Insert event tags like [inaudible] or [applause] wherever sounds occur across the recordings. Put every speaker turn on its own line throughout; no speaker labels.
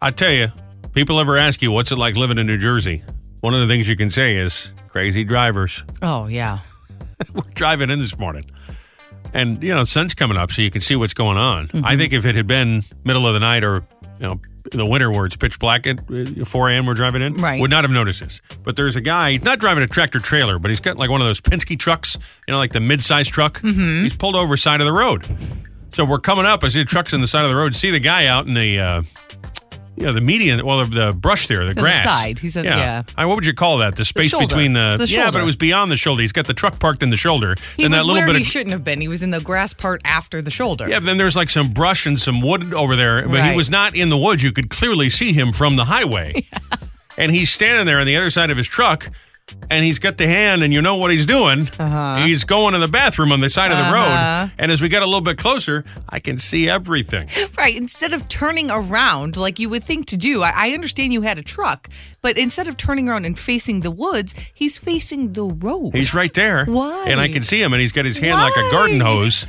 I tell you, people ever ask you, what's it like living in New Jersey? One of the things you can say is crazy drivers.
Oh, yeah.
We're driving in this morning. And, you know, sun's coming up so you can see what's going on.
Mm-hmm.
I think if it had been middle of the night or, you know, in the winter where it's pitch black at uh, 4 a.m. we're driving in,
Right.
would not have noticed this. But there's a guy, he's not driving a tractor trailer, but he's got like one of those Penske trucks, you know, like the mid-size truck. Mm-hmm. He's pulled over side of the road. So we're coming up. I see the trucks on the side of the road. See the guy out in the, uh, you know, the median, well, the, the brush there, the
on the
grass.
side. He's at- yeah.
I, what would you call that? The space
shoulder.
between the,
It's the
yeah, but
shoulder.
it was beyond the shoulder. He's got the truck parked in the shoulder.
He
and
was
that little
where
bit
he
of
shouldn't have been. He was in the grass part after the shoulder.
yeah, but then there's like some brush and some wood over there, but he
Right.
was not in the woods. You could clearly see him from the
[laughs]
highway. And he's standing there on the other side of his truck, and he's got the hand, and you know what he's doing.
Uh-huh.
He's going to the bathroom on the side of the road. And as we got a little bit closer, I can see everything.
Right. Instead of turning around like you would think to do, I, I understand you had a truck, but instead of turning around and facing the woods, he's facing the road. [laughs]
He's right there.
Why?
And I can see him, and he's got his hand like a
Why?
garden
[laughs]
hose.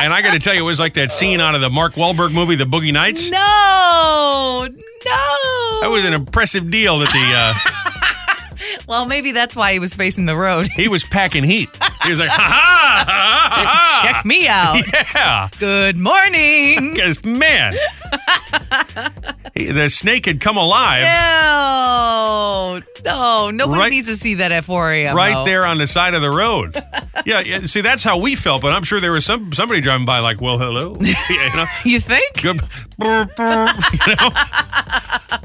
and I got to tell you, it was like that scene out of the Mark Wahlberg movie, The Boogie Nights.
no, no.
That was an impressive deal that the uh,
well, maybe that's why he was facing the road. [laughs]
he was packing heat. He was like, ha ha, ha ha, ha.
Check me
Ah.
out.
[laughs] Yeah,
Good morning.
because man, He- the snake had come alive
No, no, nobody
Right-
needs to see that at 4 a.m.
right
though.
there on the side of the road. Yeah, yeah, see, that's how we felt, but I'm sure there was some somebody driving by like, well, hello, you know.
You think?
Good. brr, brr, you know?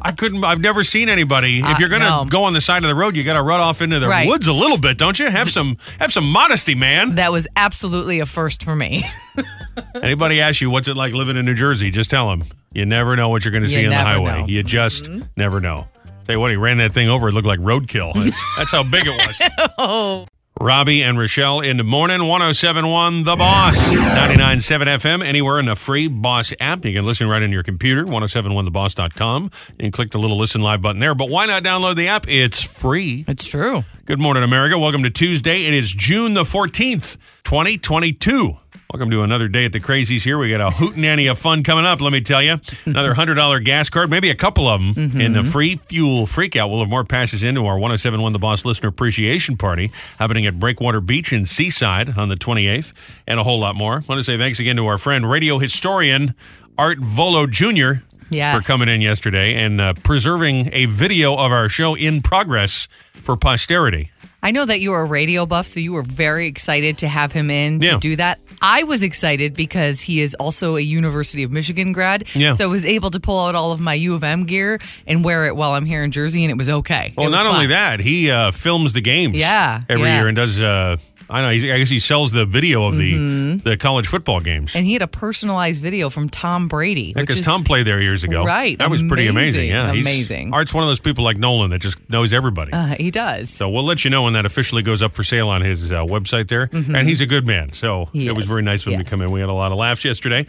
I couldn't. I've never seen anybody. if you're gonna
no.
go on the side of the road, you got to run off into the
Right.
woods a little bit, don't you? Have some have some modesty, man.
That was absolutely a first for me. [laughs]
Anybody asks you what's it like living in New Jersey, just tell them you never know what you're gonna
You
see on the
never
highway.
know. Mm-hmm.
You just never know. Tell you what, he ran that thing over. It looked like
[laughs]
roadkill. That's, that's how big it was.
Oh.
Robbie and Rochelle in the morning, 1071 The Boss, 997 FM, anywhere in the free Boss app. You can listen right on your computer, 1071theboss.com, and click the little listen live button there. But why not download the app? It's free.
It's true.
Good morning, America. Welcome to Tuesday. It is June the 14th, 2022. Welcome to another day at the Crazies here. We got a hootenanny of fun coming up, let me tell you. Another $100 gas card, maybe a couple of them in the free fuel freakout. We'll have more passes into our 1071 The Boss Listener Appreciation Party happening at Breakwater Beach in Seaside on the 28th and a whole lot more. want to say thanks again to our friend, radio historian Art Volo Jr.
Yes.
For coming coming in yesterday and uh, preserving a video of our show in progress for posterity.
I know that you are a radio buff, so you were very excited to have him in
Yeah.
to do that. I was excited because he is also a University of Michigan grad,
Yeah.
so was able to pull out all of my U of M gear and wear it while I'm here in Jersey, and it was okay. It
Well,
was
not only
fun.
that, he uh, films the games
Yeah,
every
yeah.
year and does. Uh, I don't know. he- I guess he sells the video of the the college football games.
Mm-hmm. and he had a personalized video from Tom Brady. which
Because
is-
Tom played there years ago.
Right,
That was pretty amazing.
amazing,
Yeah. he's-
amazing.
Art's one of those people like Nolan that just knows everybody.
Uh, [laughs] he does.
So we'll let you know when that officially goes up for sale on his uh, website there. And he's a good man. So
He
it was
is.
very nice of him to
Yes.
come in. We had a lot of laughs yesterday,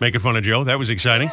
making fun of Joe. That was exciting.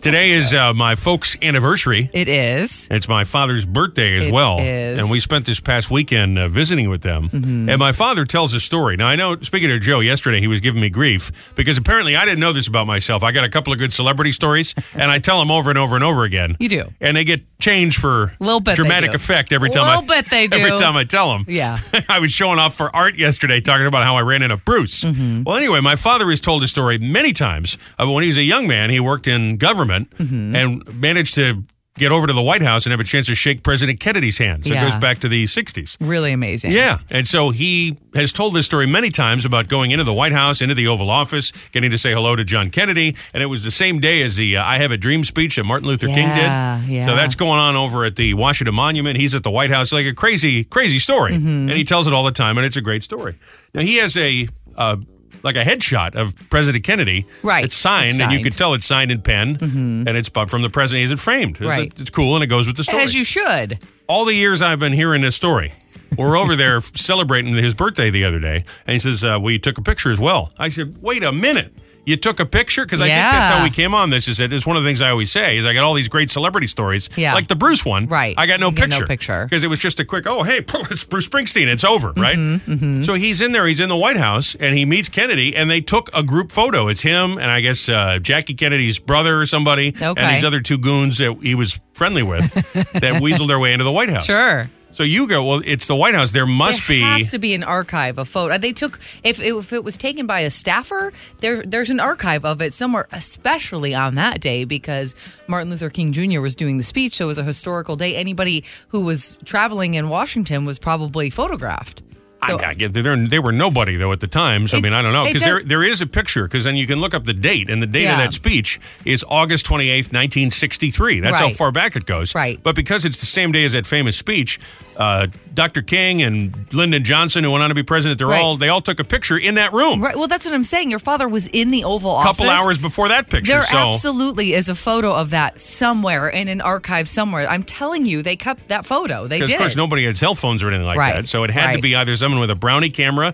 Today is uh, my folks' anniversary.
It is.
It's my father's birthday as
It
well.
is. Mm-hmm.
And we spent this past weekend uh, visiting with them. And my father tells a story. Now, I know, speaking to Joe yesterday, he was giving me grief because apparently I didn't know this about myself. I got a couple of good celebrity
[laughs]
stories, and I tell them over and over and over again.
You do.
And they get changed for
Little bit they
dramatic
do.
effect every time I
Little bit they
[laughs]
do.
Every time I tell them.
Yeah.
[laughs] I was showing off for art yesterday talking about how I ran into Bruce.
Mm-hmm.
Well, anyway, my father has told a story many times. of when he was a young man, he worked in government
Mm-hmm.
and managed to get over to the White House and have a chance to shake President Kennedy's hand. So it
Yeah.
goes back to the 60s.
Really amazing.
Yeah. And so he has told this story many times about going into the White House, into the Oval Office, getting to say hello to John Kennedy. And it was the same day as the uh, I Have a Dream speech that Martin Luther King
Yeah,
did.
yeah.
So that's going on over at the Washington Monument. He's at the White House. Like a crazy, crazy story.
Mm-hmm.
And he tells it all the time, and it's a great story. Now, he has a. Uh, like a headshot of President Kennedy.
Right.
It's signed,
It's
and you
signed. Mm-hmm.
could tell it's signed in pen, and it's bu- from the president. Is it framed? It's-
Right.
It's cool, and it goes with the story
As you should.
all the years I've been hearing this story. We're over there [laughs] celebrating his birthday the other day, and he says, uh, We took a picture as well. I said, Wait a minute. you took a picture because I think that's
Yeah.
how we came on this. Is that it's one of the things I always say is I got all these great celebrity stories,
Yeah.
like the Bruce one,
Right.
I got no
You got no
picture,
picture. Mm-hmm,
because it was just a quick, oh hey, [laughs] it's Bruce Springsteen, it's over, right? So he's in there, he's in the White House, and he meets Kennedy, and they took a group photo. It's him and I guess uh, Jackie Kennedy's brother or somebody, and
Okay.
these other two goons that he was friendly
[laughs]
with that weaseled their way into the White House.
Sure.
So you go, well, it's the White House. There must
there
be.
has to be an archive of photo. They took if it, if it was taken by a staffer, there there's an archive of it somewhere, especially on that day because Martin Luther King Jr. was doing the speech, so it was a historical day. Anybody who was traveling in Washington was probably photographed.
I, I get they they were nobody though at the time. So I
It-
mean, I don't know
it
because there
does-
there is a picture because then you can look up the date and the date of
Yeah.
that speech is August twenty eighth, nineteen sixty three. That's how
Right.
far back it goes.
Right.
But because it's the same day as that famous speech, uh, Dr. King and Lyndon Johnson, who went on to be president, they're
Right.
all they all took a picture in that room
Right. Well, that's what I'm saying. Your father was in the Oval
a
Office.
couple hours before that picture.
There
so
absolutely is a photo of that somewhere in an archive somewhere. I'm telling you, they kept that photo. They
Because
did.
of course nobody had cell phones or anything like
Right,
that, so it had to
right.
be either someone with a brownie camera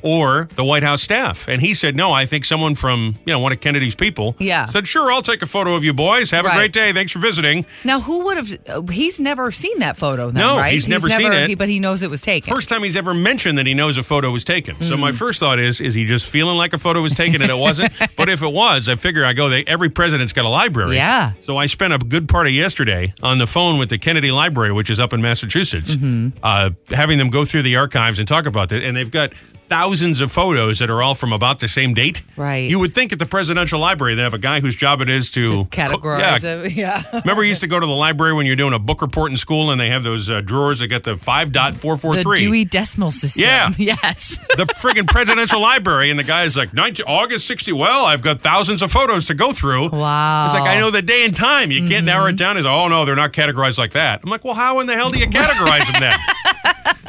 or the White House staff. And he said, "No, I think someone from you know one of Kennedy's people."
Yeah.
said, "Sure, I'll take a photo of you boys. Have a
Right.
great day. Thanks for visiting."
Now, who would have? uh, He's never seen that photo, then,
No,
right?
he's never seen it.
he- but he knows it was taken.
First time he's ever mentioned that he knows a photo was taken. So
Hmm.
my first thought is, is he just feeling like a photo was taken and it
[laughs]
wasn't? but if it was, I figure I go. They, every president's got a library.
Yeah.
So I spent a good part of yesterday on the phone with the Kennedy Library, which is up in Massachusetts,
Mm-hmm.
uh, having them go through the archives and talk about this. And they've got thousands of photos that are all from about the same date.
Right.
You would think at the presidential library they have a guy whose job it is to,
Categorize
Yeah,
it. uh, Yeah.
Remember, you used to go to the library when you're doing a book report in school, and they have those uh, drawers that got the five dot four four
The
three
Dewey Decimal System.
Yeah.
[laughs] Yes.
the friggin' presidential library, and the guy's like, 19, August 60. Well, I've got thousands of photos to go through.
Wow. Mm-hmm.
It's like, I know the day and time. You can't narrow it down. He's like, oh, no, they're not categorized like that. I'm like, well, how in the
[laughs]
hell do you categorize them then?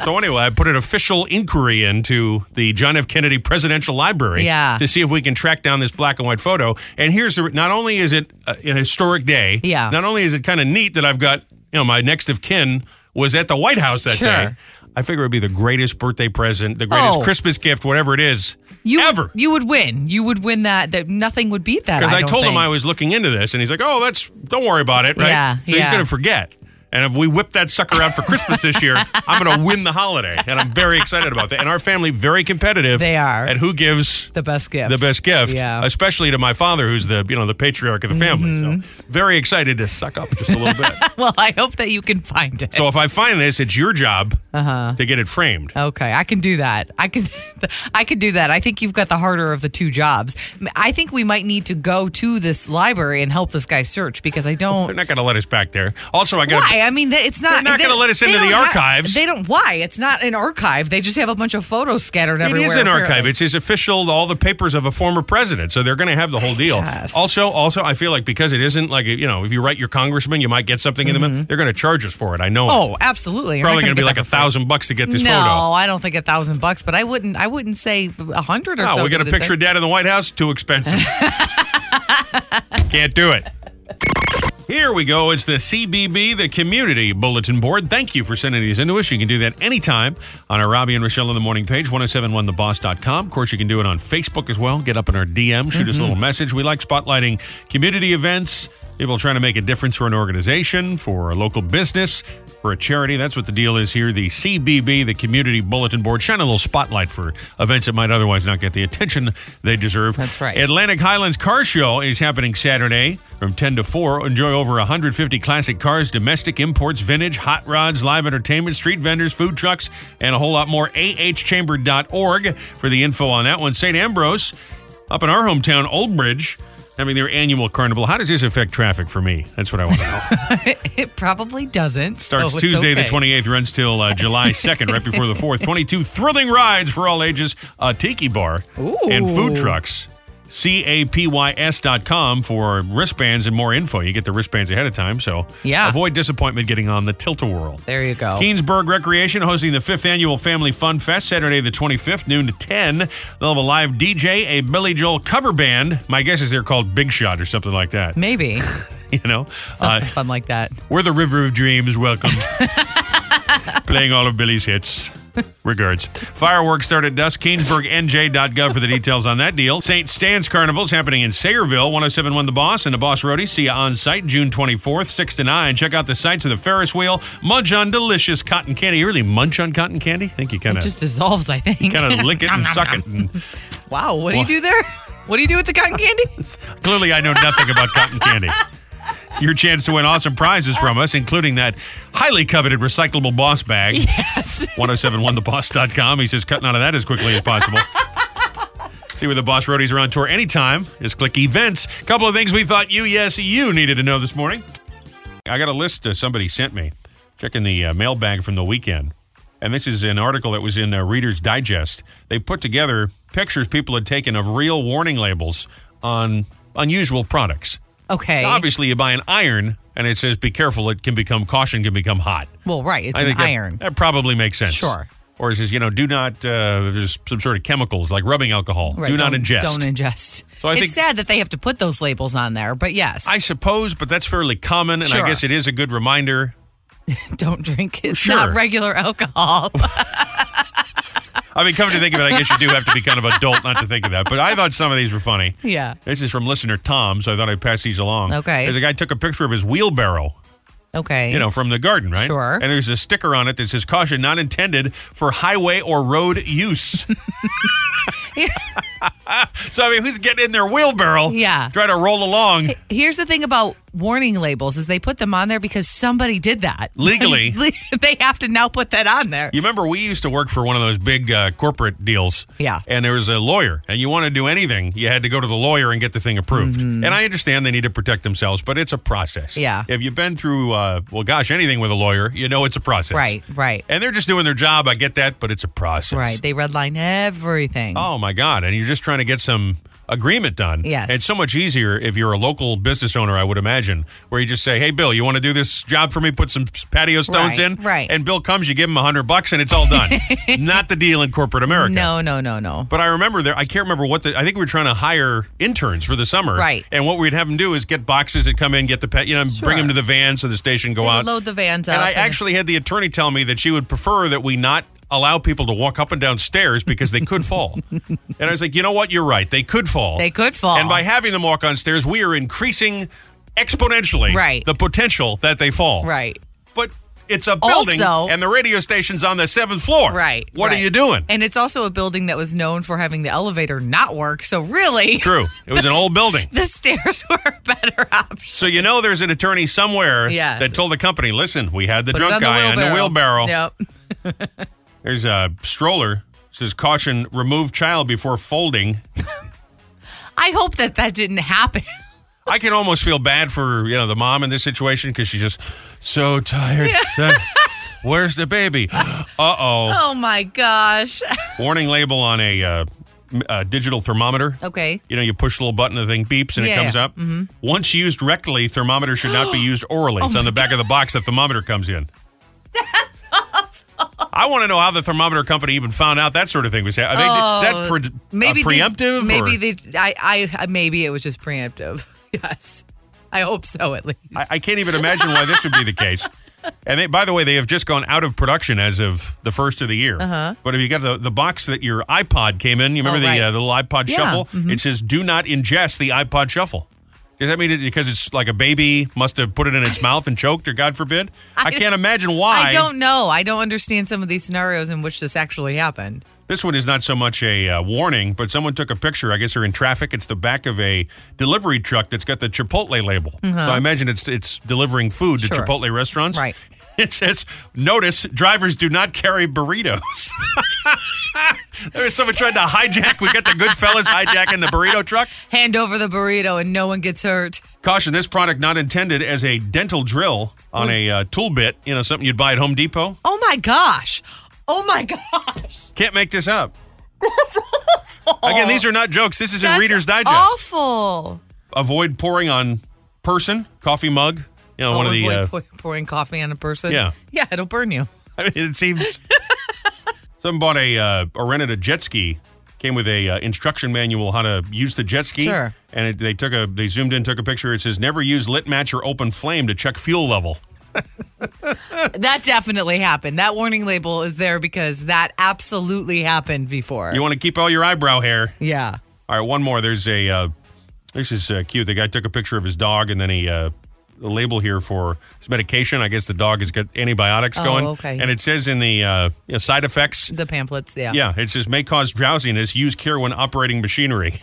So anyway, I put an official inquiry into the John F. Kennedy Presidential Library
Yeah.
to see if we can track down this black and white photo. And here's the, not only is it uh, an historic day,
Yeah.
not only is it kind of neat that I've got, you know, my next of kin was at the White House that
Sure.
day. I figure it would be the greatest birthday present, the greatest
Oh.
Christmas gift, whatever it is,
You
ever.
Would, you would win. You would win that. That nothing would beat that.
Because I,
don't
told him
think.
I was looking into this, and he's like, "Oh, that's don't worry about it, right?"
Yeah,
so he's
yeah.
going to forget. And if we whip that sucker out for Christmas this year, I'm going to win the holiday, and I'm very excited about that. And our family very competitive.
They are.
at who gives
the best gift.
the best gift,
Yeah.
especially to my father, who's the you know the patriarch of the family. So
Mm-hmm.
very excited to suck up just a little
[laughs]
bit.
[laughs] well, I hope that you can find it.
so if I find this, it's your job
Uh-huh.
to get it framed.
Okay, I can do that. I can, [laughs] I can do that. I think you've got the harder of the two jobs. I think we might need to go to this library and help this guy search because I don't.
They're not going to let us back there. Also, I got
Why? I mean, th- it's not.
not
they-
gonna let us
they
into the
don't have-
archives.
they don't. Why? It's not an archive. They just have a bunch of photos scattered everywhere.
It is an archive.
apparently.
It's his official, all the papers of a former president. So they're going to have the whole deal.
Yes.
Also, also, I feel like because it isn't like you know, if you write your congressman, you might get something in the mail. They're going to charge us for it. I know. it.
Mm-hmm. Oh, absolutely. You're not
probably
gonna
going to be
get
like
that
a
for free.
thousand bucks to get this
no,
photo.
I don't think a thousand bucks, but I wouldn't. I wouldn't say a hundred or
Oh,
so.
we got a
to say-
picture of dad in the White House. Too expensive.
[laughs]
Can't do it. Here we go. It's the CBB, the Community Bulletin Board. Thank you for sending these into us. You can do that anytime on our Robbie and Rochelle in the Morning page, 1071theboss.com. Of course, you can do it on Facebook as well. Get up in our DM, shoot us
Mm-hmm.
a little message. We like spotlighting community events, people trying to make a difference for an organization, for a local business, for a charity. That's what the deal is here. The CBB, the Community Bulletin Board, shine a little spotlight for events that might otherwise not get the attention they deserve.
That's right.
At Atlantic Highlands Car Show is happening Saturday from 10 to 4. Enjoy over 150 classic cars, domestic imports, vintage, hot rods, live entertainment, street vendors, food trucks, and a whole lot more. ahchamber.org for the info on that one. St. Ambrose, up in our hometown, Old Bridge, having their annual carnival. How does this affect traffic for me? That's what I want to know.
It probably doesn't.
Starts
so Oh, it's
Tuesday the
okay.
28th, runs till uh,
[laughs]
July 2nd, right before the 4th. 22 thrilling rides for all ages, a tiki bar, and food
Ooh.
trucks. CAPYS.com for wristbands and more info. You get the wristbands ahead of time, so
Yeah.
avoid disappointment getting on the tilt-a-whirl.
There you go.
Keensburg Recreation hosting the fifth annual Family Fun Fest Saturday the 25th, noon to 10. They'll have a live DJ, a Billy Joel cover band. My guess is they're called Big Shot or something like
[laughs]
that. [laughs]
Maybe
You know? Uh,
something fun like that.
we're the River of Dreams. Welcome. Playing all of Billy's hits. Regards. Fireworks start at dusk. KeensburgNJ.gov for the details on that deal. St. Stan's Carnival is happening in oh Sayreville, 1071 The Boss and the Boss Roadie. See you on site June 24th, 6 to 9. Check out the sights of the Ferris wheel. Munch on delicious cotton candy. You really munch on cotton candy? I think you kind
It
of
just dissolves, I think.
kind
[laughs]
of lick it and suck it. And
Wow, what do you
Wha-
do there? [laughs] What do you do with the cotton candy?
[laughs]
[laughs]
clearly, I know nothing about cotton candy. Your chance to win awesome prizes from us, including that highly coveted recyclable boss bag. [laughs]
yes.
1071theboss.com. He says cutting out of that as quickly as possible. See where the boss roadies are on tour anytime. Just click events. couple of things we thought you, yes, you needed to know this morning. I got a list uh, somebody sent me. Checking the uh, mailbag from the weekend. And this is an article that was in uh, Reader's Digest. They put together pictures people had taken of real warning labels on unusual products.
Okay.
Obviously, you buy an iron and it says, be careful, it can become, caution can become hot.
Well, right. It's an
that-
iron.
That, probably makes sense.
Sure.
Or it says, you know, do not, uh, there's some sort of chemicals like rubbing alcohol.
Right,
do not
don't-
ingest.
Don't ingest.
So I
it's
think-
sad that they have to put those labels on there, but yes,
I suppose, but that's fairly common, and I
Sure.
guess it is a good reminder.
[laughs] don't drink it. It's
Sure.
not
[laughs]
regular alcohol.
I mean, come to think of it, I guess you do have to be kind of adult not to think of that. But I thought some of these were funny.
Yeah.
This is from listener Tom, so I thought I'd pass these along.
Okay.
There's a guy took a picture of his wheelbarrow,
okay.
you know, from the garden, right?
Sure.
And there's a sticker on it that says caution not intended for highway or road use. [laughs] so I mean, who's getting in their wheelbarrow?
Yeah.
Try to roll along.
Here's the thing about warning labels is they put them on there because somebody did that. [laughs]
Legally.
they have to now put that on there.
You remember we used to work for one of those big uh, corporate deals.
Yeah.
And there was a lawyer, and you want to do anything, you had to go to the lawyer and get the thing approved. And I understand they need to protect themselves, but it's a process.
Mm-hmm. Yeah.
If you've been through, uh, well, gosh, anything with a lawyer, you know it's a process.
Right, right.
And they're just doing their job. I get that, but it's a process.
Right. They redline everything.
Oh my God! And you're just trying to get some agreement done.
Yes.
It's so much easier if you're a local business owner, I would imagine, where you just say, "Hey, Bill, you want to do this job for me? Put some patio stones
Right,
in."
right.
And Bill comes, you give him a hundred bucks, and it's all
[laughs]
done. Not the deal in corporate America.
No, no, no, no.
But I remember there. I can't remember what the. I think we were trying to hire interns for the summer.
Right.
And what we'd have them do is get boxes that come in, get the pet, you know, and bring
Sure.
them to the van so the station go
They would
out.
load the vans
And
up
I
and-
actually had the attorney tell me that she would prefer that we not allow people to walk up and down stairs because they could fall. and I was like, you know what? You're right. They could fall.
They could fall.
And by having them walk on stairs, we are increasing exponentially
Right.
the potential that they fall.
Right.
But it's a building,
Also-
and the radio station's on the seventh floor.
Right.
What
right.
are you doing?
And it's also a building that was known for having the elevator not work. So really,
True. It was an old building.
[laughs] the stairs [laughs] were a better option.
So you know there's an attorney somewhere
Yeah.
that told the company, listen, we had the
Put it
drunk
on the
guy on the wheelbarrow.
Yep.
There's a stroller. Says caution: remove child before folding.
I hope that that didn't happen. [laughs]
I can almost feel bad for you know the mom in this situation because she's just so tired. That- where's the baby? Uh oh!
Oh my gosh.
Warning label on a, uh, m- a digital thermometer.
Okay.
You know, you push the little button, the thing beeps, and it
Yeah,
comes
yeah. Mm-hmm.
up. Once used rectally, thermometer should
[gasps]
not be used orally. it's on the back of the box the thermometer comes in.
Oh That's awful.
I want to know how the thermometer company even found out that sort of thing. Was that, are they, that pre- uh,
Oh, maybe they-
preemptive? or-
maybe they. I, I. Maybe it was just preemptive. [laughs] Yes. I hope so. At least.
I, I can't even imagine why this would be the case. And they, by the way, they have just gone out of production as of the first of the year. Uh-huh. But if you got the, the box that your iPod came in, you remember
Oh, right.
the, uh, the little iPod
Yeah, Mm-hmm.
shuffle? It says, do not ingest the iPod shuffle. Does that mean it, because it's like a baby must have put it in its mouth and choked, or God forbid? I, can't imagine why.
I don't know. I don't understand some of these scenarios in which this actually happened.
This one is not so much a uh, warning, but someone took a picture. I guess they're in traffic. It's the back of a delivery truck that's got the Chipotle label. So I imagine it's it's delivering food to
Mm-hmm. Sure.
Chipotle restaurants.
Right.
[laughs] It says, "Notice: drivers do not carry burritos." [laughs] there was someone trying to hijack. We got the good fellas hijacking the burrito truck.
Hand over the burrito and no one gets hurt.
Caution: This product not intended as a dental drill on a uh, tool bit. You know, something you'd buy at Home Depot.
Oh my gosh. Oh my [laughs] gosh.
Can't make this
[laughs]
up. Again, these are not jokes. This is in
That's
Reader's Digest.
Awful.
avoid pouring on person, coffee mug. You know, one of the.
Avoid
Uh,
pour- pouring coffee on a person.
Yeah.
Yeah, it'll burn you.
I mean, uh, [laughs] it
[laughs]
seems. Someone bought a uh, or rented a jet ski. Came with a uh, instruction manual how to use the jet ski.
Sure.
And it, they took a they zoomed in, took a picture. It says never use lit match or open flame to check fuel level.
That definitely happened. That warning label is there because that absolutely happened before.
You want to keep all your eyebrow hair.
yeah.
All right, one more. There's a uh, this is uh, cute. The guy took a picture of his dog, and then he uh, a label here for his medication. I guess the dog has got antibiotics
Oh,
going.
okay.
And it says in the uh, you know, side effects.
The pamphlets, yeah.
Yeah, it says may cause drowsiness. Use care when operating machinery.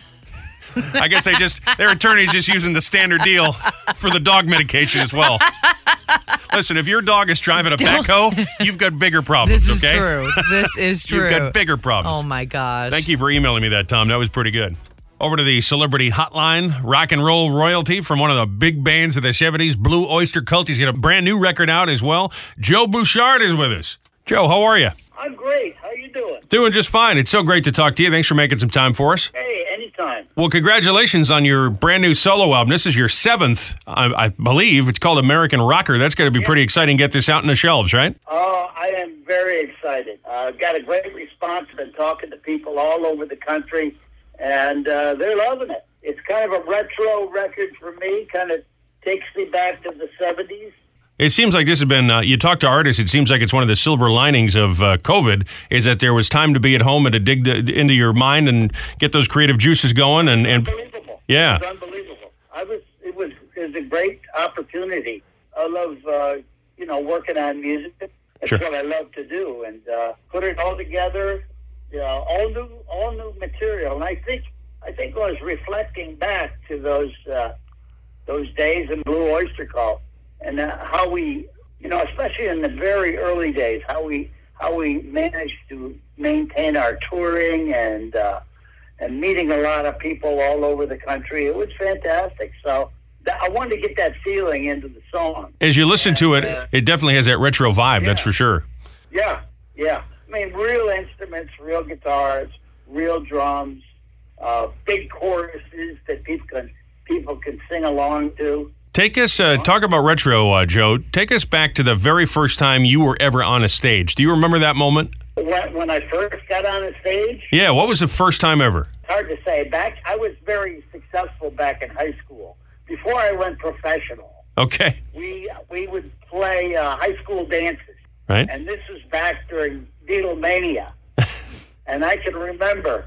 I guess they just their attorney's just using the standard deal for the dog medication as well. Listen, if your dog is driving a backhoe, you've got bigger problems.
This is
okay,
true.
[laughs]
This is true.
you've got bigger problems.
Oh my gosh.
Thank you for emailing me that, Tom. That was pretty good. Over to the celebrity hotline, rock and roll royalty from one of the big bands of the 70s, Blue Oyster Cult. He's got a brand new record out as well. Joe Bouchard is with us. Joe, how are you?
I'm great. How you doing?
Doing just fine. It's so great to talk to you. Thanks for making some time for us.
Hey, anytime.
Well, congratulations on your brand new solo album. This is your seventh, I, I believe. It's called American Rocker. That's going to be pretty exciting. Get this out in the shelves, right?
Oh, I am very excited. Uh, got a great response. Been talking to people all over the country, and uh, they're loving it. It's kind of a retro record for me. Kind of takes me back to the '70s.
It seems like this has been. Uh, you talk to artists. It seems like it's one of the silver linings of uh, COVID is that there was time to be at home and to dig the, into your mind and get those creative juices going. And, and
Unbelievable.
Yeah.
It's unbelievable. I was. It was. It was a great opportunity. I love, uh, you know, working on music. That's
Sure.
what I love to do, and uh, put it all together. You know, all new, all new material. And I think, I think I was reflecting back to those, uh, those days in Blue Oyster Cult, and uh, how we, you know, especially in the very early days, how we, how we managed to maintain our touring and. Uh, and meeting a lot of people all over the country. It was fantastic. So that, I wanted to get that feeling into the song.
as you listen to it, it definitely has that retro vibe. That's for sure.
Yeah, yeah. I mean, real instruments, real guitars, real drums, uh, big choruses that people can people can sing along to.
Take us uh, talk about retro, uh, Joe. Take us back to the very first time you were ever on a stage. Do you remember that moment?
When, when I first got on the stage,
Yeah. What was the first time ever?
it's hard to say. Back, I was very successful back in high school before I went professional.
Okay.
We we would play uh, high school dances.
Right.
and this was back during Beatlemania. and I can remember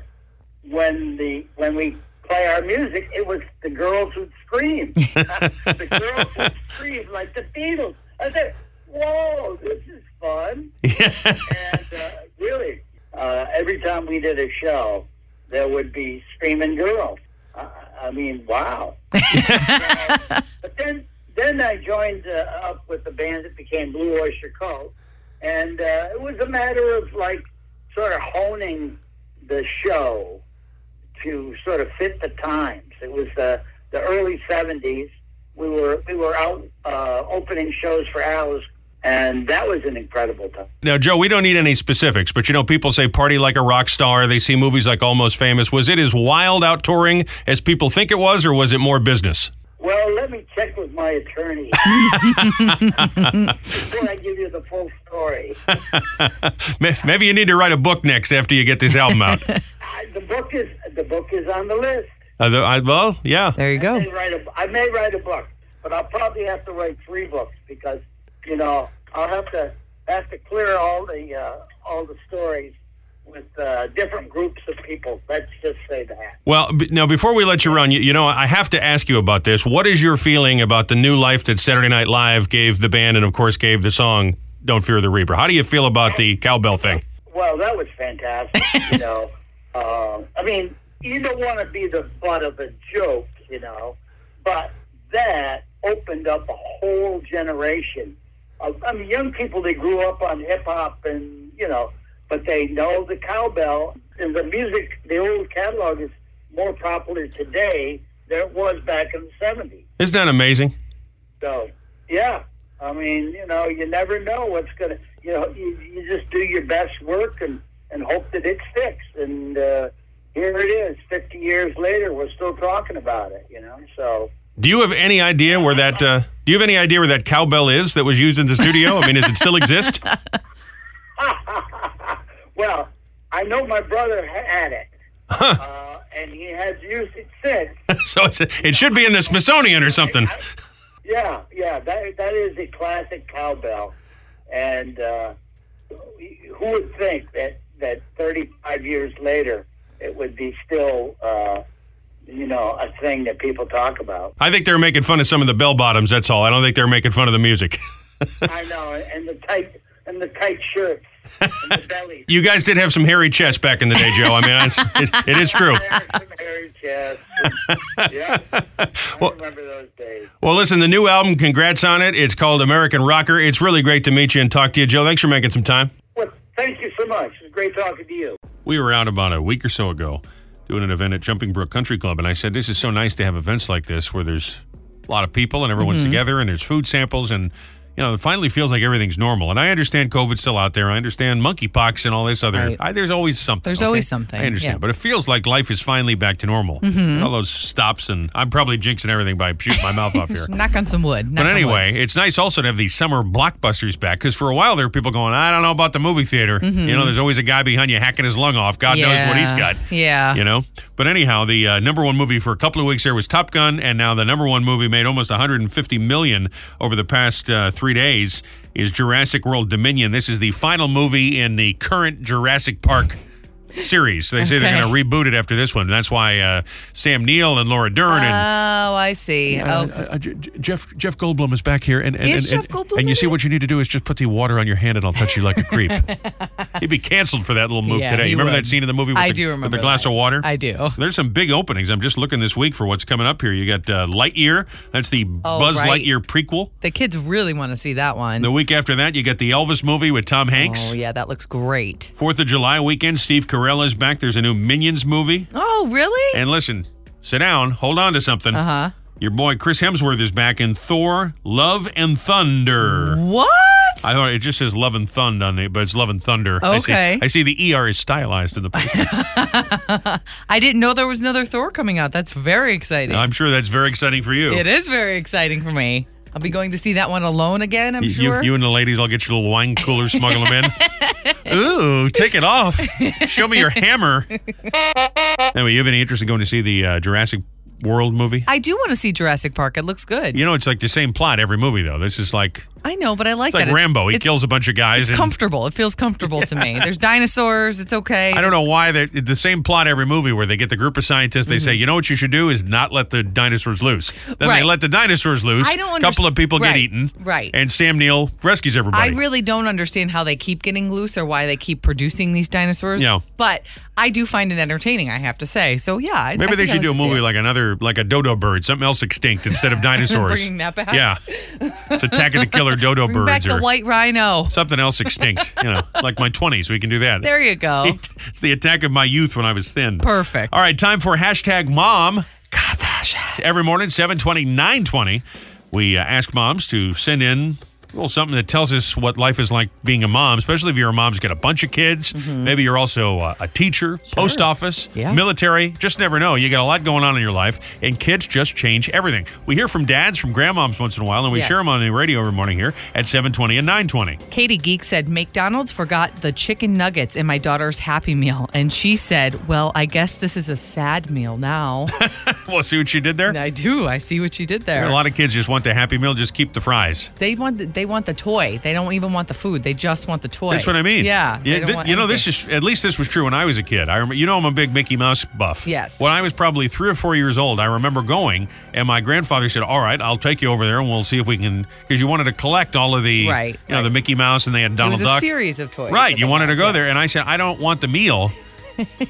when the when we play our music, it was the girls would scream. the girls would scream like the Beatles. I said, "Whoa, this is fun!" and uh, really, uh, every time we did a show, there would be screaming girls. I, I mean, wow. But then, then I joined uh, up with the band that became Blue Oyster Cult, and uh, it was a matter of like sort of honing the show to sort of fit the times. It was uh, the early '70s. We were we were out uh, opening shows for hours, and that was an incredible time.
Now, Joe, we don't need any specifics, but you know, people say party like a rock star. They see movies like Almost Famous. Was it as wild out touring as people think it was, or was it more business?
Well, let me check with my attorney before I give you the full story.
May- Maybe you need to write a book next after you get this album out.
I, the book is the book is on the list.
Uh, the- I- well, yeah.
There you go.
may write a, I may write a book, but I'll probably have to write three books because you know I'll have to have to clear all the uh, all the stories with uh, different groups of people. Let's just say that.
Well, b- now before we let you run, you, you know, I have to ask you about this. What is your feeling about the new life that Saturday Night Live gave the band and, of course, gave the song Don't Fear the Reaper? How do you feel about the cowbell thing?
Well, that was fantastic. you know, uh, I mean, you don't want to be the butt of a joke, you know, but that opened up a whole generation of I mean, young people. They grew up on hip hop, and you know, but they know the cowbell and the music. The old catalog is more popular today than it was back in the seventies.
Isn't that amazing?
So, yeah, I mean, you know, you never know what's gonna. You know, you, you just do your best work and and hope that it sticks. And uh, here it is, fifty years later, we're still talking about it. You know, so
Do you have any idea where that? Uh, do you have any idea where that cowbell is that was used in the studio? I mean, does it still exist?
well, I know my brother ha- had it, uh, and he has used it since.
so it's, it should be in the Smithsonian or something.
Yeah, yeah, that that is a classic cowbell, and uh, who would think that that 35 years later it would be still, uh, you know, a thing that people talk about.
I think they're making fun of some of the bell bottoms. That's all. I don't think they're making fun of the music. [laughs]
I know, and the tight and the tight shirts and the
[laughs]
bellies.
You guys did have some hairy chests back in the day, Joe. I mean, it's, it, it is true.
Hairy chest. Yeah, I remember those days.
Well, listen, the new album, congrats on it. It's called American Rocker. It's really great to meet you and talk to you, Joe. Thanks for making some time.
Well, thank you so much. It was great talking to you.
We were out about a week or so ago doing an event at Jumping Brook Country Club, and I said, This is so nice to have events like this where there's a lot of people and everyone's together and there's food samples and you know, it finally feels like everything's normal. And I understand COVID's still out there. I understand monkeypox and all this other.
Right.
I, there's always something. Mm-hmm.
There's
okay?
always something,
I understand,
yeah.
but it feels like life is finally back to normal. All those stops and I'm probably jinxing everything by shooting my mouth [laughs] off here.
Knock on some wood. knock
But
on wood.
anyway, it's nice also to have these summer blockbusters back because for a while there were people going, I don't know about the movie theater. You know, there's always a guy behind you hacking his lung off. God knows what he's
Mm-hmm. Yeah.
got.
Yeah.
You know? But anyhow, the uh, number one movie for a couple of weeks there was Top Gun, and now the number one movie made almost 150 million over the past uh, three days is Jurassic World Dominion. This is the final movie in the current Jurassic Park. Series. They say they're
Okay.
going to reboot it after this one. That's why uh, Sam Neill and Laura Dern and
Oh, I see.
uh,
oh,
uh, uh, J- J- Jeff Jeff Goldblum is back here, and and,
Is
and,
Jeff Goldblum
and you
in
see
it?
what you need to do is just put the water on your hand, and I'll touch you like a
[laughs]
creep. He'd be canceled for that little move
Yeah,
today.
he
You remember
would.
that scene in the movie? With
I
the,
do
with
remember
the glass
that.
of water.
I do.
There's some big openings. I'm just looking this week for what's coming up here. You got uh, Lightyear. That's the
Oh,
Buzz
right.
Lightyear prequel.
the kids really want to see that one.
The week after that, you got the Elvis movie with Tom Hanks.
Oh, yeah, that looks great.
Fourth of July weekend, Steve Carell is back. There's a new Minions movie.
Oh, really?
And listen, sit down, hold on to something. Uh
Uh-huh.
huh. Your boy Chris Hemsworth is back in Thor: Love and Thunder.
what?
I thought it just says Love and Thunder on it, but it's Love and Thunder. I see-
Okay.
I see, the ER is stylized in the
[laughs]
picture.
I didn't know there was another Thor coming out. That's very exciting.
I'm sure that's very exciting for you.
it is very exciting for me. I'll be going to see that one alone again, I'm
You,
sure.
you and the ladies, I'll get you little wine cooler, smuggle them
[laughs]
in. Ooh, take it off. Show me your
[laughs]
hammer. Anyway, you have any interest in going to see the uh, Jurassic World movie?
I do want to see Jurassic Park. It looks good.
You know, it's like the same plot every movie, though. This is like
I know, but I like
it's like
that.
Rambo. He
it's
kills a bunch of guys. and
comfortable. It feels comfortable to
[laughs]
me. There's dinosaurs. It's okay.
I don't know why they the same plot every movie where they get the group of scientists. They say, you know what you should do is not let the dinosaurs loose. Then they
Mm-hmm. Right.
let the dinosaurs loose.
I don't
A couple
underst-
of people get
Right,
eaten.
right.
And Sam Neill rescues
I
everybody.
really don't understand how they keep getting loose or why they keep producing these dinosaurs.
Yeah.
But I do find it entertaining, I have to say. So, yeah. I,
Maybe they
I think I
should do a
like to see
movie
it.
like another like a dodo bird, something else extinct instead
[laughs]
of dinosaurs.
Bringing that back?
Yeah. It's Attack of the Killer Dodo
Bring back
Birds
the
or
white rhino.
something else extinct. You know, like my twenties, we can do that.
There
[laughs]
you go.
It's the, it's the attack of my youth when I was thin.
Perfect.
All right, time for hashtag mom. Every morning, 720, 920, we uh, ask moms to send in a little something that tells us what life is like being a mom, especially if you're a mom's got a bunch of kids. Maybe you're also uh, a teacher, post office,
Mm-hmm. Yeah.
military. Just never know. You got a lot going on in your life, and kids just change everything. We hear from dads, from grandmoms once in a while, and we
Yes.
share them on the radio every morning here at 720 and 920.
Katie Geek said, McDonald's forgot the chicken nuggets in my daughter's Happy Meal. And she said, Well, I guess this is a sad meal now.
[laughs]
[laughs]
well, see what you did there?
and I do. I see what you did there.
A lot of kids just want the Happy Meal, just keep the fries.
They want the, they want the toy. They don't even want the food. They just want the toy.
That's what I mean.
Yeah. they don't
th-
want
you know,
anything.
this is at least this was true when I was a kid. I remember, you know, I'm a big Mickey Mouse buff.
Yes.
When I was probably three or four years old, I remember going, and my grandfather said, "All right, I'll take you over there, and we'll see if we can," because you wanted to collect all of the,
Right,
you know, the
right.
Mickey Mouse, and they had
It
Donald
was a
Duck.
series of toys.
right. You wanted to go
there.
there, and I said, "I don't want the
[laughs]
meal,"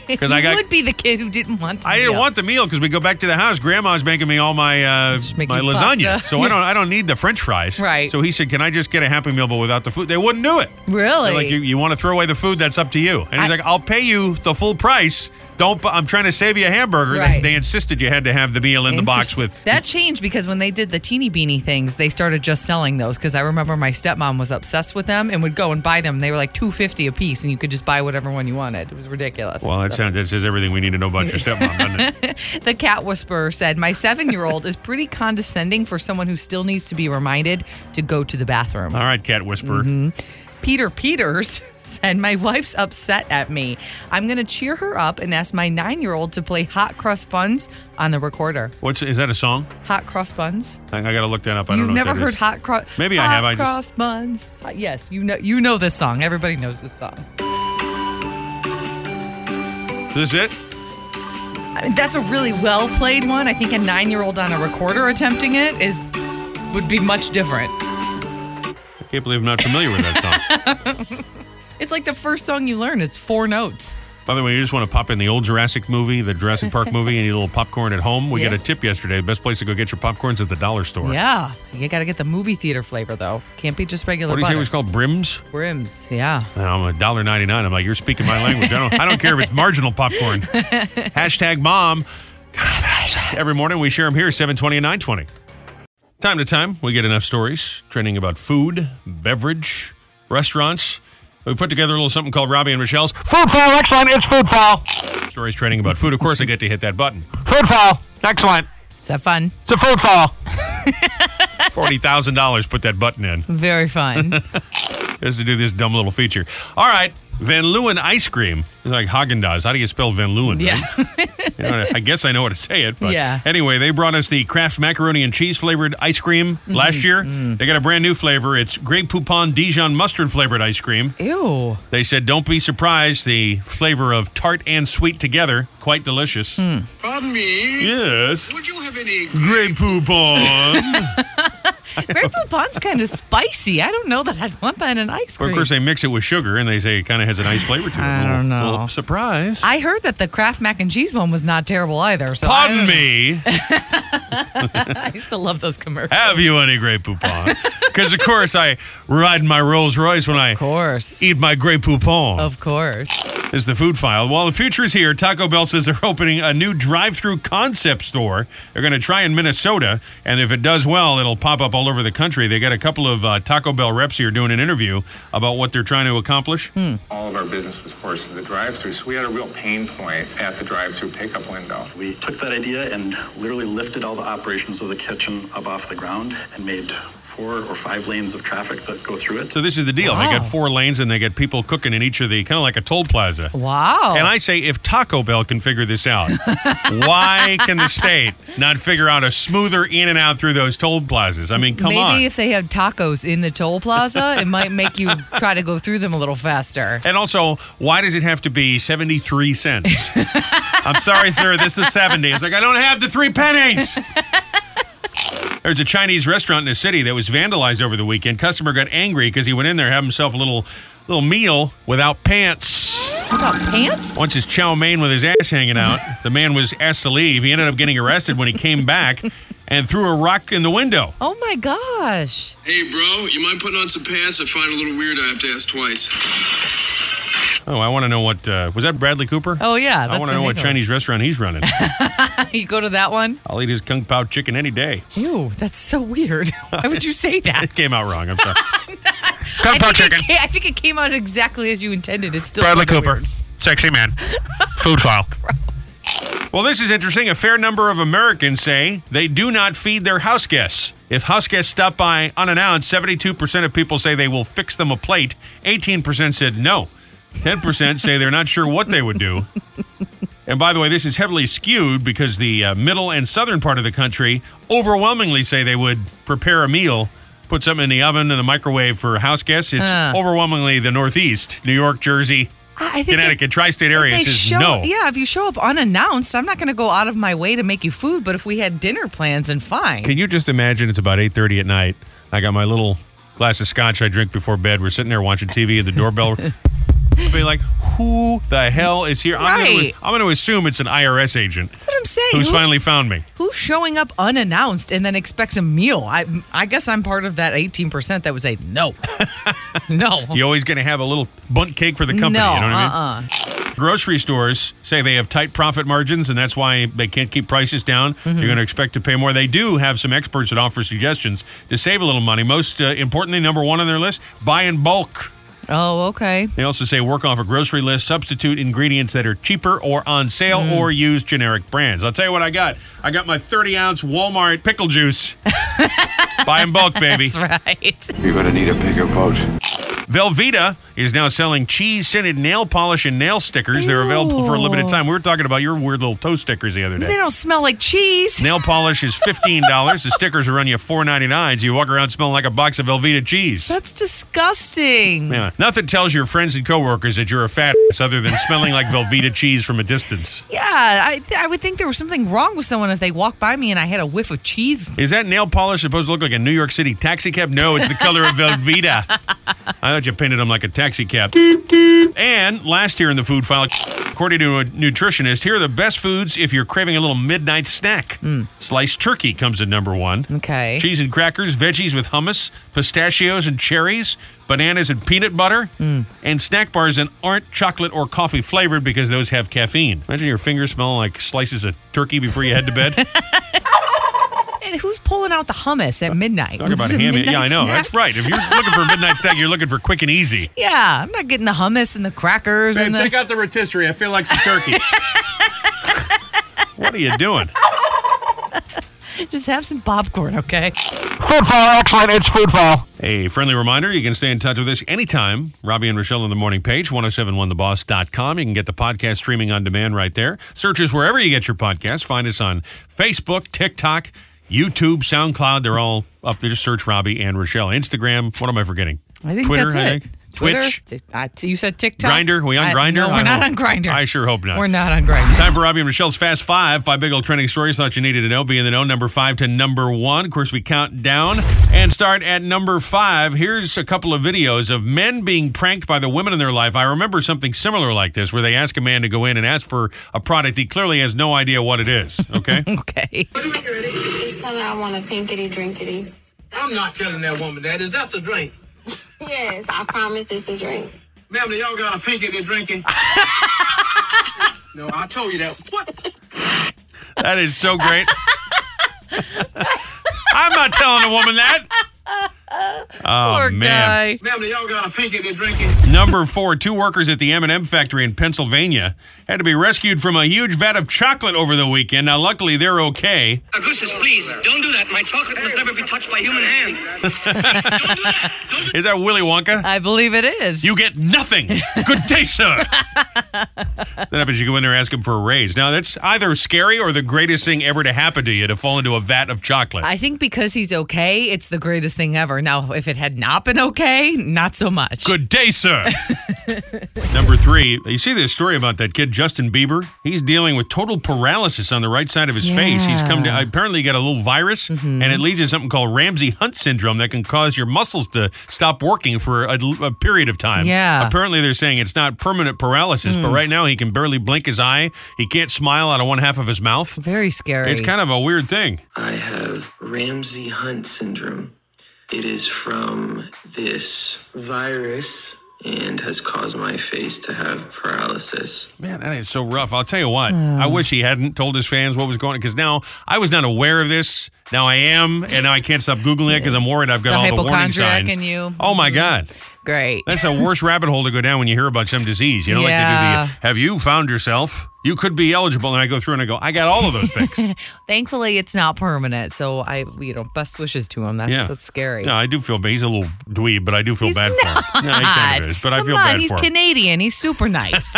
because I
You
got.
would be the kid who didn't want. The
I didn't
meal.
want the meal because we go back to the house. Grandma's making me all my uh,
making
my lasagna,
pasta. [laughs]
so I don't I don't need the French fries.
Right.
So he said, "Can I just get a Happy Meal but without the food?" They wouldn't do it.
Really?
They're like, you, you want to throw away the food? That's up to you. And he's
I-
like, I'll pay you the full price. Don't. bu- I'm trying to save you a hamburger. They-
Right.
They, insisted you had to have the meal in the box
Interesting.
with.
that changed because when they did the teeny beanie things, they started just selling those. Because I remember my stepmom was obsessed with them and would go and buy them. They were like two fifty a piece, and you could just buy whatever one you wanted. It was ridiculous.
Well, that
So-
sounds. That says everything we need to know about your stepmom. doesn't
[laughs]
it?
The cat whisperer said, "My seven-year-old is pretty condescending for someone who still needs to be reminded to go to the bathroom." Mm-hmm.
All right, cat whisperer.
Peter Peters [laughs] said, My wife's upset at me. I'm going to cheer her up and ask my nine year old to play Hot Cross Buns on the recorder.
What's is that a song?
Hot Cross Buns?
I, I gotta look that up. I don't
You've
know. what
never
that
heard
is.
Hot Cross
Maybe I
Hot
have, I just-
Cross Buns. Uh, Yes, you know, you know this song. Everybody knows this song.
This is it.
I mean, Uh, that's a really well played one. I think a nine year old on a recorder attempting it is would be much different.
I can't believe I'm not familiar with that song.
[laughs] It's like the first song you learn. It's four notes.
By the way, you just want to pop in the old Jurassic movie, the Jurassic
[laughs]
Park movie, and eat a little popcorn at home. We
Yeah.
got a tip yesterday. The best place to go get your popcorns at the dollar store.
Yeah, you gotta get the movie theater flavor though. Can't be just regular
What do you say
butter.
it was called? Brims?
Brims. Yeah.
I'm a dollar ninety nine. I'm like, you're speaking my language. I don't, I don't care if it's marginal popcorn. Hashtag mom. Every morning we share them here, seven twenty and nine twenty. Time to time, we get enough stories trending about food, beverage, restaurants. We put together a little something called Robbie and Michelle's
Food file, excellent. It's food file.
stories trending about food. Of course, I get to hit that button.
Food file, excellent.
Is that fun?
It's a food file.
[laughs] Forty thousand dollars. Put that button in. [laughs]
Very fun.
is to do this dumb little feature. All right, Van Leeuwen ice cream. It's like Haagen Dazs. How do you spell Van Leeuwen?
Yeah.
right? You know, I guess I know how to say it, but
Yeah.
anyway, they brought us the Kraft macaroni and cheese flavored ice cream
Mm-hmm.
last year. They got a brand new flavor. It's grape poupon Dijon mustard flavored ice cream.
Ew.
They said, "Don't be surprised. The flavor of tart and sweet together, quite delicious."
Hmm.
Pardon me?
Yes,
Would you have any
grape poupon.
[laughs] Grape Poupon's kind of spicy. I don't know that I'd want that in ice
But
cream.
of course, they mix it with sugar, and they say it kind of has a nice flavor to it.
I
A little-
don't know.
little surprise.
I heard that the Kraft mac and cheese one was not terrible either. So I
Pardon
don't-
me.
[laughs] I used to love those commercials.
have you any Grey
[laughs]
Poupon? Because, of course, I ride my Rolls Royce when I
Of course.
eat my Grey Poupon.
Of course.
is the food file. While the future is here, Taco Bell says they're opening a new drive through concept store. They're going to try in Minnesota, and if it does well, it'll pop up all over the country. They got a couple of uh, Taco Bell reps here doing an interview about what they're trying to accomplish.
Hmm.
all of our business was forced to the drive-through, so we had a real pain point at the drive-through pickup window.
We took that idea and literally lifted all the operations of the kitchen up off the ground and made four or five lanes of traffic that go through it.
So, this is the deal. They
Wow.
got four lanes, and they got people cooking in each of the kind of like a toll plaza.
Wow.
And I say, if Taco Bell can figure this out, why can the state not figure out a smoother in and out through those toll plazas? I mean, come
Maybe
on.
if they have tacos in the toll plaza, it might make you try to go through them a little faster.
and also, why does it have to be 73 cents? I'm sorry, sir, this is 70. It's like, I don't have the three pennies. There's a Chinese restaurant in the city that was vandalized over the weekend. Customer got angry because he went in there, had himself a little, little meal without pants.
What about pants?
Once his chow mein with his ass hanging
[laughs]
out, the man was asked to leave. He ended up getting arrested when he came back and threw a rock in the window.
Oh my gosh. [laughs]
Hey, bro, you mind putting on some pants? I find it a little weird I have to ask twice.
Oh, I want to know what uh, was that Bradley Cooper?
Oh, yeah,
I
that's
want to
the
know what
nigga.
Chinese restaurant he's
[laughs]
running.
You go to that one?
I'll eat his kung pao chicken any
[laughs]
day.
Ew, that's so weird. [laughs] Why would you
[laughs]
say that?
It came out wrong. I'm sorry.
Kung
I
Pao
think,
chicken.
it came, I think it came out exactly as you intended. It's still
Bradley
kinda
Cooper,
weird.
sexy
[laughs]
man. Food file.
well, this is interesting. A fair number of Americans say they do not feed their house guests. If house guests stop by unannounced, 72% of people say they will fix them a plate. 18% said no. 10% say they're not sure what they would do. And by the way, this is heavily skewed because the uh, middle and southern part of the country overwhelmingly say they would prepare a meal, put something in the oven and the microwave for house guests. It's overwhelmingly the Northeast, New York, Jersey,
I I think if-
Connecticut, tri-state
if
area
they
says
show,
no.
Yeah, if you show up unannounced, I'm not going to go out of my way to make you food. But if we had dinner plans, and fine.
Can you just imagine? It's about eight thirty at night. I got my little glass of scotch I drink before bed. We're sitting there watching TV, and the
[laughs]
doorbell. I'll be like, who the hell is here? I'm gonna-
Right.
I'm going to assume it's an IRS agent
That's what I'm saying.
who's finally found me.
Who's showing up unannounced and then expects a meal? I I guess I'm part of that 18% that would say
[laughs]
no, no.
You're always going to have a little bunt cake for the company.
no,
you know what I mean?
uh-uh.
Grocery stores say they have tight profit margins, and that's why they can't keep prices down.
Mm-hmm.
You're going to expect to pay more. They do have some experts that offer suggestions to save a little money. Most uh, importantly, number one on their list: buy in bulk.
Oh, okay.
They also say work off a grocery list, substitute ingredients that are cheaper or on sale, or use generic brands. I'll tell you what I got. I got my 30 ounce Walmart pickle juice. Buy in bulk, baby.
That's
[laughs]
right.
You're gonna need a bigger boat.
Velveeta is now selling cheese scented nail polish and nail stickers. They're available for a limited time. We were talking about your weird little toe stickers the other
They
day.
don't smell like cheese.
Nail polish is fifteen dollars. the stickers will run you four ninety nine. So you walk around smelling like a box of Velveeta cheese.
That's disgusting.
Yeah. Nothing tells your friends and coworkers that you're a fat ass other than smelling like Velveeta cheese from a distance.
Yeah, I, I would think there was something wrong with someone if they walked by me and I had a whiff of cheese.
Is that nail polish supposed to look like a New York City taxi cab? No, it's the color of Velveeta. I thought you painted them like a taxi cab. And last here in the food file, according to a nutritionist, here are the best foods if you're craving a little midnight snack. Sliced turkey comes at number one.
Okay.
Cheese and crackers, veggies with hummus, pistachios and cherries, bananas and peanut butter, and snack bars that aren't chocolate or coffee flavored because those have caffeine. Imagine your fingers smelling like slices of turkey before you head to bed.
And who's pulling out the hummus at midnight?
Talk about
[laughs] This is a
ham.
midnight
Yeah, I know.
snack?
That's right. If you're looking for a midnight snack, you're looking for quick and [laughs] easy.
Yeah, I'm not getting the hummus and the crackers and the.
out the rotisserie. I feel like some [laughs] turkey. what are you doing?
just have some popcorn, okay?
Food file, excellent. It's food file.
A friendly reminder you can stay in touch with us anytime. Robbie and Rochelle on the morning page, 1071theboss.com. You can get the podcast streaming on demand right there. Search us wherever you get your podcast. Find us on Facebook, TikTok, YouTube, SoundCloud. They're all up there. Just search Robbie and Rochelle. Instagram. What am I forgetting?
I think
Twitter,
that's
I
it.
think.
Twitter.
Twitch.
T- I- t- you said TikTok.
Grinder? We on
I-
Grinder?
No, we're not on Grinder.
I sure hope not.
We're not on Grinder. [laughs]
Time for Robbie and Michelle's Fast Five. Five big old trending stories thought you needed to know. Be in the know. Number five to number one. Of course, we count down and start at number five. Here's a couple of videos of men being pranked by the women in their life. I remember something similar like this, where they ask a man to go in and ask for a product he clearly has no idea what it is. Okay.
Okay.
He's telling her I want a pinkity drinkity.
I'm not telling that woman that. Is that the drink?
Yes, I promise it's a drink.
Ma'am, do y'all got a pinky they're
[laughs]
drinking? no, I told you that. What?
That is so great. I'm not telling a woman that. [laughs] Oh
Poor
man.
guy.
Ma'am, do y'all got a pinky they're drinking?
Number four, two workers at the M&M factory in Pennsylvania had to be rescued from a huge vat of chocolate over the weekend. Now, luckily, they're okay.
Augustus, please, don't do that. My chocolate must never be touched by human hand. don't do that. Don't do
Is that Willy Wonka?
I believe it is.
You get nothing. Good day, sir. that happens. You go in there and ask him for a raise. Now, that's either scary or the greatest thing ever to happen to you to fall into a vat of chocolate.
I think because he's okay, it's the greatest thing ever. Now, if it had not been okay, not so much.
Good day,
[laughs]
sir. Number three, you see this story about that kid Justin Bieber. He's dealing with total paralysis on the right side of his face. He's come to
Yeah. Mm-hmm.
apparently he got a little virus, and it leads to something called Ramsey Hunt syndrome that can cause your muscles to stop working for a, a period of time.
Yeah. Hmm.
Apparently they're saying it's not permanent paralysis, but right now he can barely blink his eye. He can't smile out of one half of his mouth.
Very scary.
It's kind of a weird thing.
I have Ramsey Hunt syndrome. It is from this virus and has caused my face to have paralysis.
Man, that is so rough. I'll tell you what. I wish he hadn't told his fans what was going on because now I was not aware of this. Now I am, and now I can't stop googling it because I'm worried I've got
The
all the warning
hypochondriac
signs.
in you. Mm-hmm.
Oh my god,
Great.
that's a worse rabbit hole to go down when you hear about some disease. You know,
Yeah.
like they do the "Have you found yourself? You could be eligible." And I go through and I go, "I got all of those
[laughs]
things."
Thankfully, it's not permanent. So I, you know, best wishes to him. That's
yeah,
that's scary.
No, I do feel bad. He's a little dweeb, but I do feel
He's
bad for him. No, he kind
not.
of is, but I
Come
feel
on,
bad
he's
for him.
Canadian.
[laughs]
He's super nice.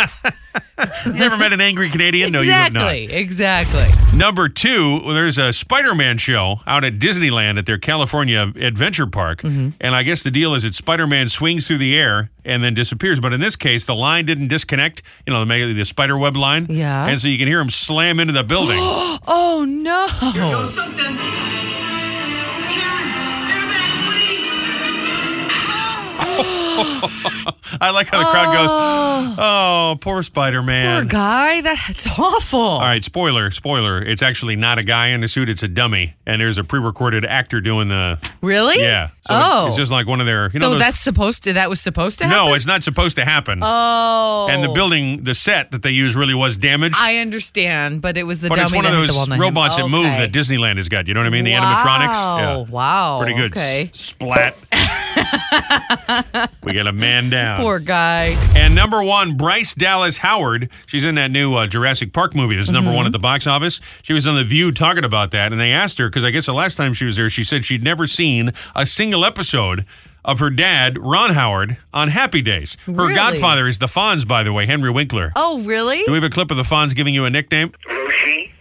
You Never met an angry Canadian? No, you have not.
exactly. Exactly.
Number two, well, there's a Spider Man show out at Disneyland at their California Adventure Park.
Mm-hmm.
And I guess the deal is that Spider Man swings through the air and then disappears. But in this case, the line didn't disconnect, you know, the, mega- the spider web line.
Yeah.
And so you can hear him slam into the building. [gasps]
Oh no.
something. Sharon, airbags, please.
I like how the crowd goes, oh, poor Spider
Poor
Man.
guy. That's awful.
All right, spoiler, spoiler. It's actually not a guy in a suit, it's a dummy. And there's a pre recorded actor doing the.
Really?
Yeah. So
oh.
It's just like one of their. You know,
so
those-
that's supposed to. That was supposed to happen.
No, it's not supposed to happen.
Oh.
and the building, the set that they used really was damaged.
I understand, but it was the
but
dummy
it's one of
that hit the wall,
those
not him.
robots that move
Okay.
that Disneyland has got. You know what I mean? The animatronics.
Wow. Wow.
Pretty good. S-
Okay. [laughs]
splat. we got a man down.
Poor guy.
And number one, Bryce Dallas Howard. She's in that new uh, Jurassic Park movie that's number
Mm-hmm.
one at the box office. She was on The View talking about that, and they asked her, because I guess the last time she was there, she said she'd never seen a single episode of her dad, Ron Howard, on Happy Days. Her
Really?
godfather is the Fonz, by the way, Henry Winkler.
Oh, really?
Do we have a clip of the Fonz giving you a nickname?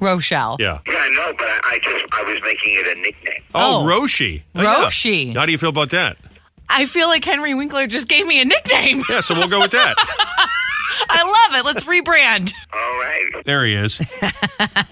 Rochelle.
Yeah.
Yeah, I know, but I, I just I was making it a nickname.
Oh,
Oh.
Roshi.
Roshi.
How do you feel about that?
I feel like Henry Winkler just gave me a nickname. [laughs]
Yeah, so we'll go with that.
I love it. Let's rebrand.
All right.
There he
[laughs]
is.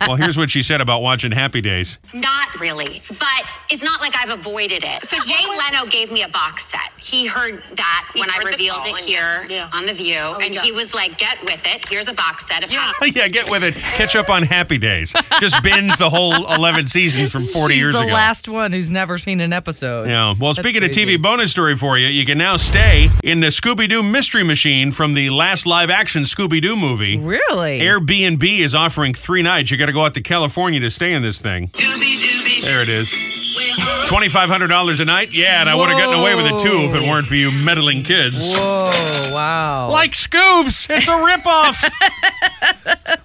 well, here's what she said about watching Happy Days.
Not really, but it's not like I've avoided it. So Jay Leno gave me a box set. He heard that when I
heard the
revealed
call
it
and-
here on The View, and
yeah.
he was like, "Get with it. Here's a box set of yeah.
[laughs] yeah, get with it. Catch up on Happy Days. Just binge the whole 11 seasons from 40
She's
years
the
ago.
last one who's never seen an episode.
yeah. Well,
That's
speaking
crazy.
of TV bonus story for you, you can now stay in the Scooby Doo Mystery Machine from the last live action Scooby Doo movie.
Really?
Airbnb is offering three nights. You got to go out to California to stay in this thing. There it is. $2,500 a night? Yeah, and I would have gotten away with it too if it weren't for you meddling kids.
Whoa, wow.
Like Scoobs, it's a
[laughs]
ripoff.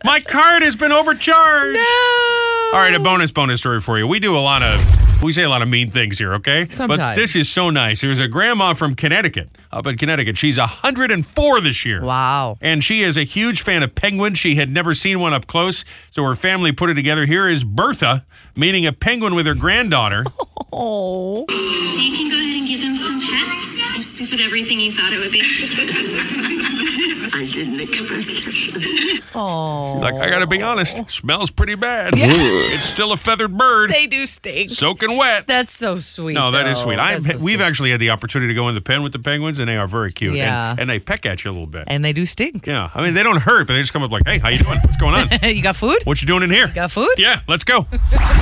My card has been overcharged. All right, a bonus bonus story for you. We do a lot of we say a lot of mean things here, okay? But
Sometimes.
this is so nice. There's a grandma from Connecticut, up in Connecticut. She's 104 this year.
Wow.
And she is a huge fan of penguins. She had never seen one up close, so her family put it together. Here is Bertha meeting a penguin with her granddaughter.
Oh.
So you can go ahead and give him some pets. Is it everything you thought it would be? I didn't expect this.
Oh.
Like, I gotta be honest, smells pretty bad.
Yeah.
it's still a feathered bird.
They do stink.
Soaking wet.
That's so sweet.
No, that is
though.
sweet. I,
That's so
we've actually had the opportunity to go in the pen with the penguins, and they are very cute. And-
Yeah.
And, they peck at you a little bit.
And they do stink. [laughs]
yeah, I mean they don't hurt, but they just come up like, "Hey, how you doing? What's going on?
you got food?
What you doing in here?
Got food?
Yeah, let's
[laughs]
go."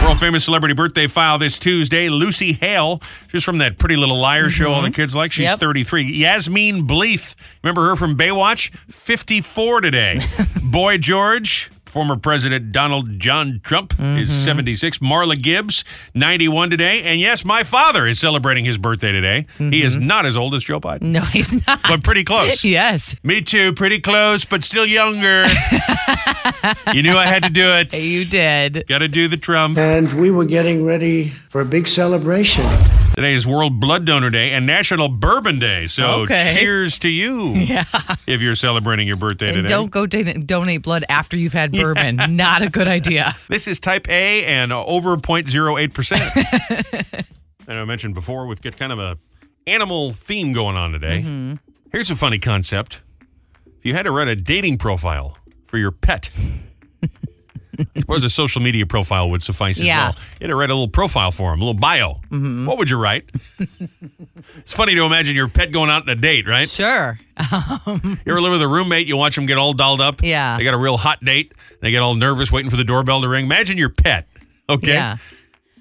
World famous celebrity birthday file this Tuesday. Lucy Hale, she's from that Pretty Little Liar show all the kids like. She's
Mm-hmm. Yep.
33. Yasmin Bleeth, remember her from Baywatch? 54
[laughs]
today. Boy George. Former President Donald John Trump
Mm-hmm.
is 76. Marla Gibbs, 91 today. And yes, my father is celebrating his birthday today. He is
Mm-hmm.
not as old as Joe Biden,
No, he's not.
but pretty close.
[laughs] yes.
Me too, pretty close, but still younger. you knew I had to do it. You
did.
Got to do the Trump.
And we were getting ready for a big celebration.
Today is World Blood Donor Day and National Bourbon Day. So
Okay.
cheers to you
[laughs] Yeah.
if you're celebrating your birthday
And
today.
don't go don- donate blood after you've had bourbon. Not a
[laughs]
good idea.
This is type A and over 0.08%. and I mentioned before, we've got kind of a animal theme going on today. Here's a funny concept. If you had to run a dating profile for your pet, I suppose a social media profile would suffice
Yeah.
as well. You had to write a little profile for him, a little bio. What would you write? [laughs] it's funny to imagine your pet going out on a date, right?
Sure.
You ever live with a roommate? You watch them get all dolled up.
Yeah.
They got a real hot date. They get all nervous, waiting for the doorbell to ring. Imagine your pet. [laughs] Okay.
Yeah.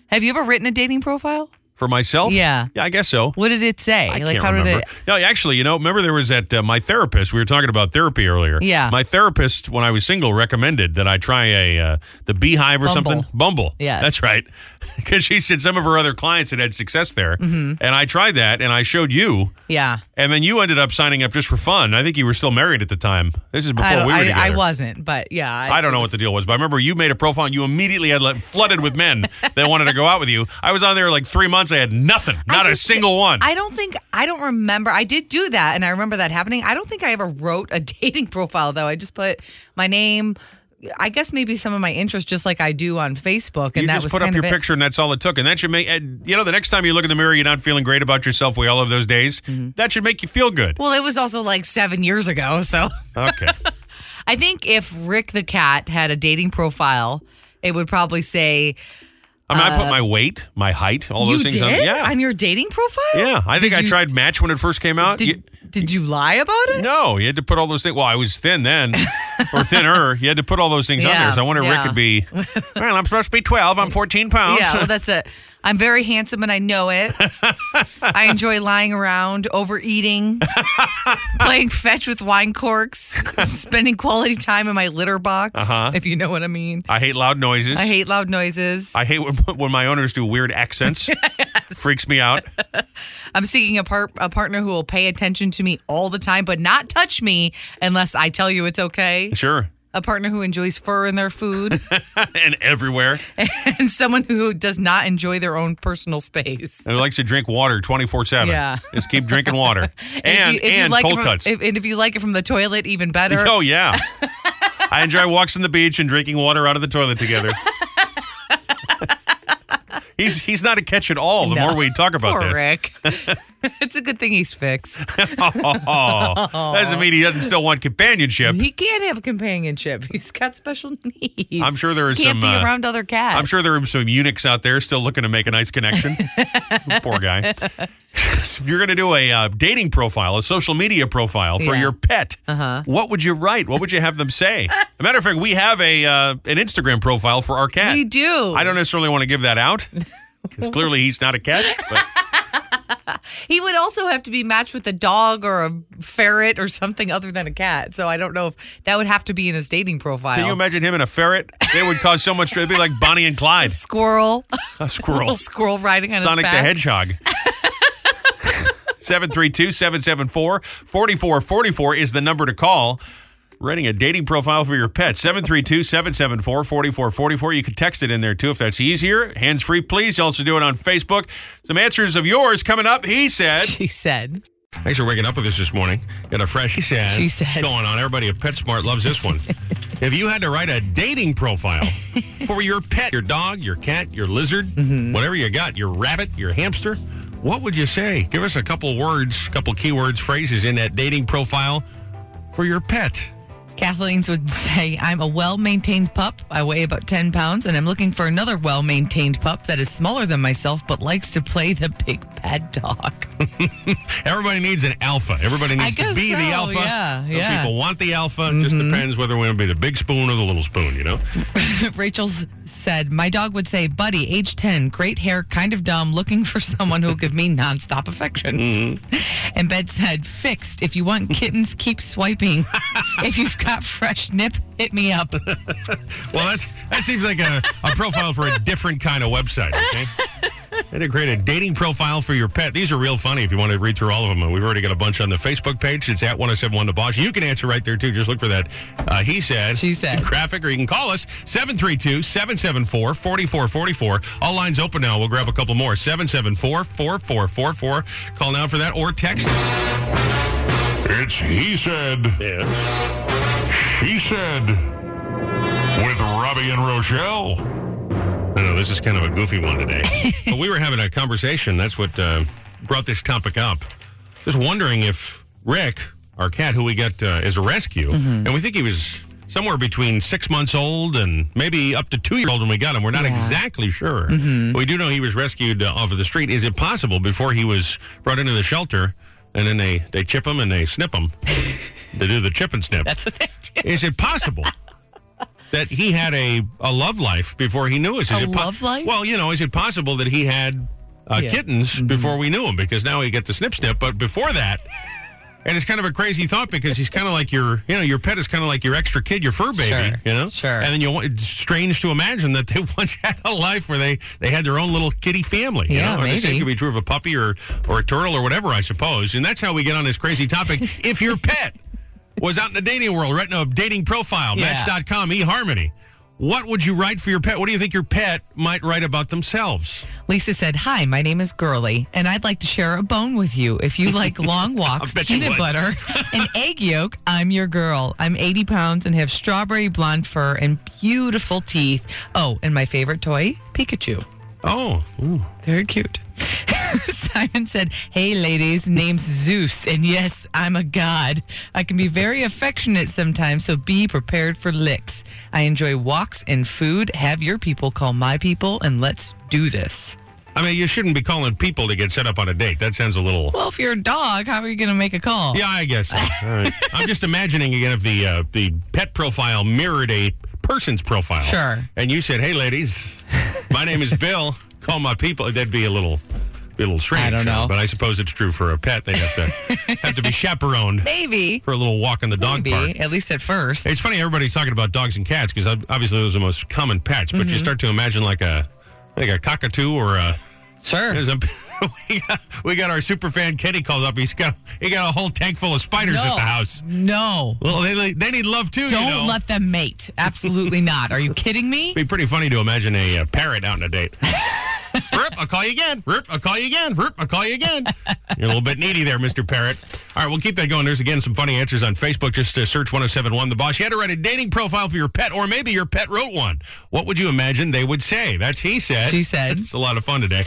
Have you ever written a dating profile?
For myself.
Yeah.
Yeah, I guess so.
What did it say?
I
like
can't
how
remember.
did it
No, actually, you know, remember there was that uh, my therapist. We were talking about therapy earlier.
Yeah.
My therapist, when I was single, recommended that I try a uh, the Beehive or
Bumble.
something. Bumble.
Yes.
That's right. [laughs] Because she said some of her other clients had had success there,
Mhm.
and I tried that, and I showed you.
Yeah.
And then you ended up signing up just for fun. I think you were still married at the time. This is before
I,
we were
I,
together.
I wasn't, but yeah.
I don't know what the deal was, but I remember you made a profile and you immediately had like, flooded with men that wanted to go out with you. I was on there like three months. I had nothing, not a single one.
I don't think I don't remember. I did do that, and I remember that happening. I don't think I ever wrote a [laughs] dating profile though. I just put my name. I guess maybe some of my interests, just like I do on Facebook, and
you
that
just
was
put up
kind
your
of it.
picture, and that's all it took. And that should make and, you know the next time you look in the mirror, you're not feeling great about yourself. We all have those days.
Mm-hmm.
That should make you feel good.
Well, it was also like seven years ago, [laughs] so
Okay.
I think if Rick the cat had a dating profile, it would probably say
I mean, I put
Uh,
my weight, my height, all those
you
things
did
on. Yeah,
on your dating profile.
yeah. I think
Did
I
you-
tried Match when it first came out.
Did-
You-
Did you lie about it?
No, you had to put all those things. Well, I was thin
[laughs]
then, or thinner. You had to put all those things on
Yeah,
there. So I wonder if Rick
yeah.
could be. Well, I'm supposed to be 12. I'm 14 pounds.
Yeah, well, that's it. I'm very handsome and I know it. I enjoy lying around,
[laughs]
overeating, playing fetch with wine corks, spending quality time in my litter box,
Uh-huh.
if you know what I mean.
I hate loud noises.
I hate loud noises.
I
[laughs]
hate when, when my owners do weird
[laughs]
accents. Freaks me out.
I'm seeking a, par- a partner who will pay attention to me all the time, but not touch me unless I tell you it's okay.
Sure.
a partner who enjoys fur in
[laughs]
their food,
and everywhere.
and someone who does not enjoy their own personal space.
Who likes to drink water 24 7.
Yeah.
Just keep drinking water.
[laughs] If
And,
you- if you
and
like it
cold
from-
cuts.
If, and if you like it from the toilet,
[laughs]
even better.
Oh,
[laughs]
yeah. I enjoy walks on the beach and drinking water out of the toilet
[laughs]
together. he's he's not a catch at all the
No.
more we talk about
Poor
this. [laughs]
Rick. it's a good thing he's fixed.
Oh, doesn't mean he doesn't still want companionship.
He can't have companionship. He's got special needs.
I'm sure there are some,
can't be
uh,
around other cats.
I'm sure there are some eunuchs out there still looking to make a nice
[laughs]
connection. Poor guy. [laughs] if you're going to do a uh, dating profile, a social media profile for
Yeah.
your pet,
Uh-huh.
what would you write? What would you have them
[laughs]
say? a matter of fact, we have a uh, an Instagram profile for our cat.
We do.
I don't necessarily want to give that
[laughs]
out because clearly he's not a catch. But
He would also have to be matched with a dog or a ferret or something other than a cat. So I don't know if that would have to be in his dating profile.
can you imagine him and a ferret? They would cause so much. It'd be like Bonnie and Clyde,
[laughs] squirrel,
a
little
squirrel,
[laughs] squirrel riding on
Oh. Sonic the
his back.
Hedgehog. 732-774-4444 is the number to call. Writing a dating profile for your pet. 732-774-4444. You can text it in there too if that's easier. Hands free, please. You Also do it on Facebook. Some answers of yours coming up. He said.
She said.
Thanks for waking up with us this morning. Got a fresh said,
She said.
going on. Everybody at PetSmart loves this
[laughs]
one. if you had to write a dating profile for your pet, your dog, your cat, your lizard,
Mm-hmm.
whatever you got, your rabbit, your hamster, what would you say? Give us a couple words, couple keywords, phrases in that dating profile for your pet.
Kathleen's would say, I'm a well maintained pup. I weigh about 10 pounds, and I'm looking for another well maintained pup that is smaller than myself but likes to play the big bad dog. [laughs]
Everybody needs an alpha. Everybody
I
needs to
guess
be the
so,
alpha.
yeah,
Some
yeah. Mm-hmm.
people want the alpha. It just depends whether we're going to be the big spoon or the little spoon, you know?
Rachel's said, My dog would say, Buddy, age 10, great hair, kind of dumb, looking for [laughs] someone who'll give me nonstop affection. And Bed said, Fixed. If you want kittens, keep swiping. if you've got fresh nip, hit me up.
Well, that's, that seems like a, a profile for a different kind of website, okay? They did create a dating profile for your pet. These are real funny if you want to read through all of them. We've already got a bunch on the Facebook page. It's at 1071 Debauch. You can answer right there, too. Just look for that. Uh, he said. She said. Graphic, or you can call us 732 774 4444. All lines open now. We'll grab a couple more. 774 4444. Call now for that or text.
It's he said. She said. With Robbie and Rochelle.
I know this is kind of a goofy one today,
[laughs]
but we were having a conversation. That's what uh, brought this topic up. Just wondering if Rick, our cat who we got uh, as a rescue, and we think he was somewhere between six months old and maybe up to two year old when we got him. We're not exactly sure.
Mhm.
But we do know he was rescued uh, off of the street. Is it possible before he was brought into the shelter? And then they, they chip him and they snip him. they do the chip and snip. That's what they do. Is it possible that he had a, a love life before he knew us. Is
A
it po-
love life?
Well, you know, is it possible that he had uh,
Yeah. Mm-hmm.
kittens before we knew him? Because now he got the snip snip, but before that. And it's kind of a crazy thought because he's kind of like your, you know, your pet is kind of like your extra kid, your fur baby,
Sure,
you know. Sure. And then you, want- it's strange to imagine that they [laughs] once had a life where they they had their own little kitty family. you
Yeah,
know? And the same
maybe.
could be true of a puppy or or a turtle or whatever, I suppose. And that's how we get on this crazy topic. if your pet was out in the dating world, writing a dating profile,
Yeah.
Match.com, eHarmony. What would you write for your pet? What do you think your pet might write about themselves?
Lisa said, Hi, my name is Girly, and I'd like to share a bone with you. If
[laughs]
you like long walks,
bet you
peanut
would.
butter,
[laughs]
and egg yolk, I'm your girl. I'm 80 pounds and have strawberry blonde fur and beautiful teeth. Oh, and my favorite toy, Pikachu.
Oh,
very cute. [laughs] Simon said, Hey, ladies, name's Zeus, and yes, I'm a god. I can be very affectionate sometimes, so be prepared for licks. I enjoy walks and food. Have your people call my people, and let's do this.
I mean, you shouldn't be calling people to get set up on a date. That sounds a little.
Well, if you're a dog, how are you going to make a call?
Yeah, I
[laughs]
guess. So. All right. I'm just imagining again if the uh, the pet profile mirrored a person's profile.
Sure.
And you said, "Hey, ladies, my name is Bill. Call my people." That'd be a little, be a little strange. uh,
I don't know.
but I suppose it's true for a pet. They have
[laughs]
to have to be chaperoned.
Maybe.
for a little walk in the dog park.
Maybe, at least at first.
It's funny everybody's talking about dogs and cats
Mm-hmm.
because obviously those are the most common pets. But you
Mhm.
start to imagine like a like a cockatoo or a
Sure.
There's a, [laughs] we, got, we got our super fan Kenny calls up. He's got he got a whole tank full of spiders
No.
at the house.
No.
Well, they, they need love too. you
Don't
know.
let them mate. Absolutely not. Are you kidding me?
It'd be pretty funny to imagine a uh, parrot out on a
[laughs]
date. Rip, I'll call you again. Rip, I'll call you again. Rip, I'll call you again. You're a little bit needy there, Mr. Parrot. All right, we'll keep that going. There's again some funny answers on Facebook. Just uh, search 1071 The Boss. You had to write a dating profile for your pet, or maybe your pet wrote one. What would you imagine they would say? That's he said.
She said.
It's a lot of fun today.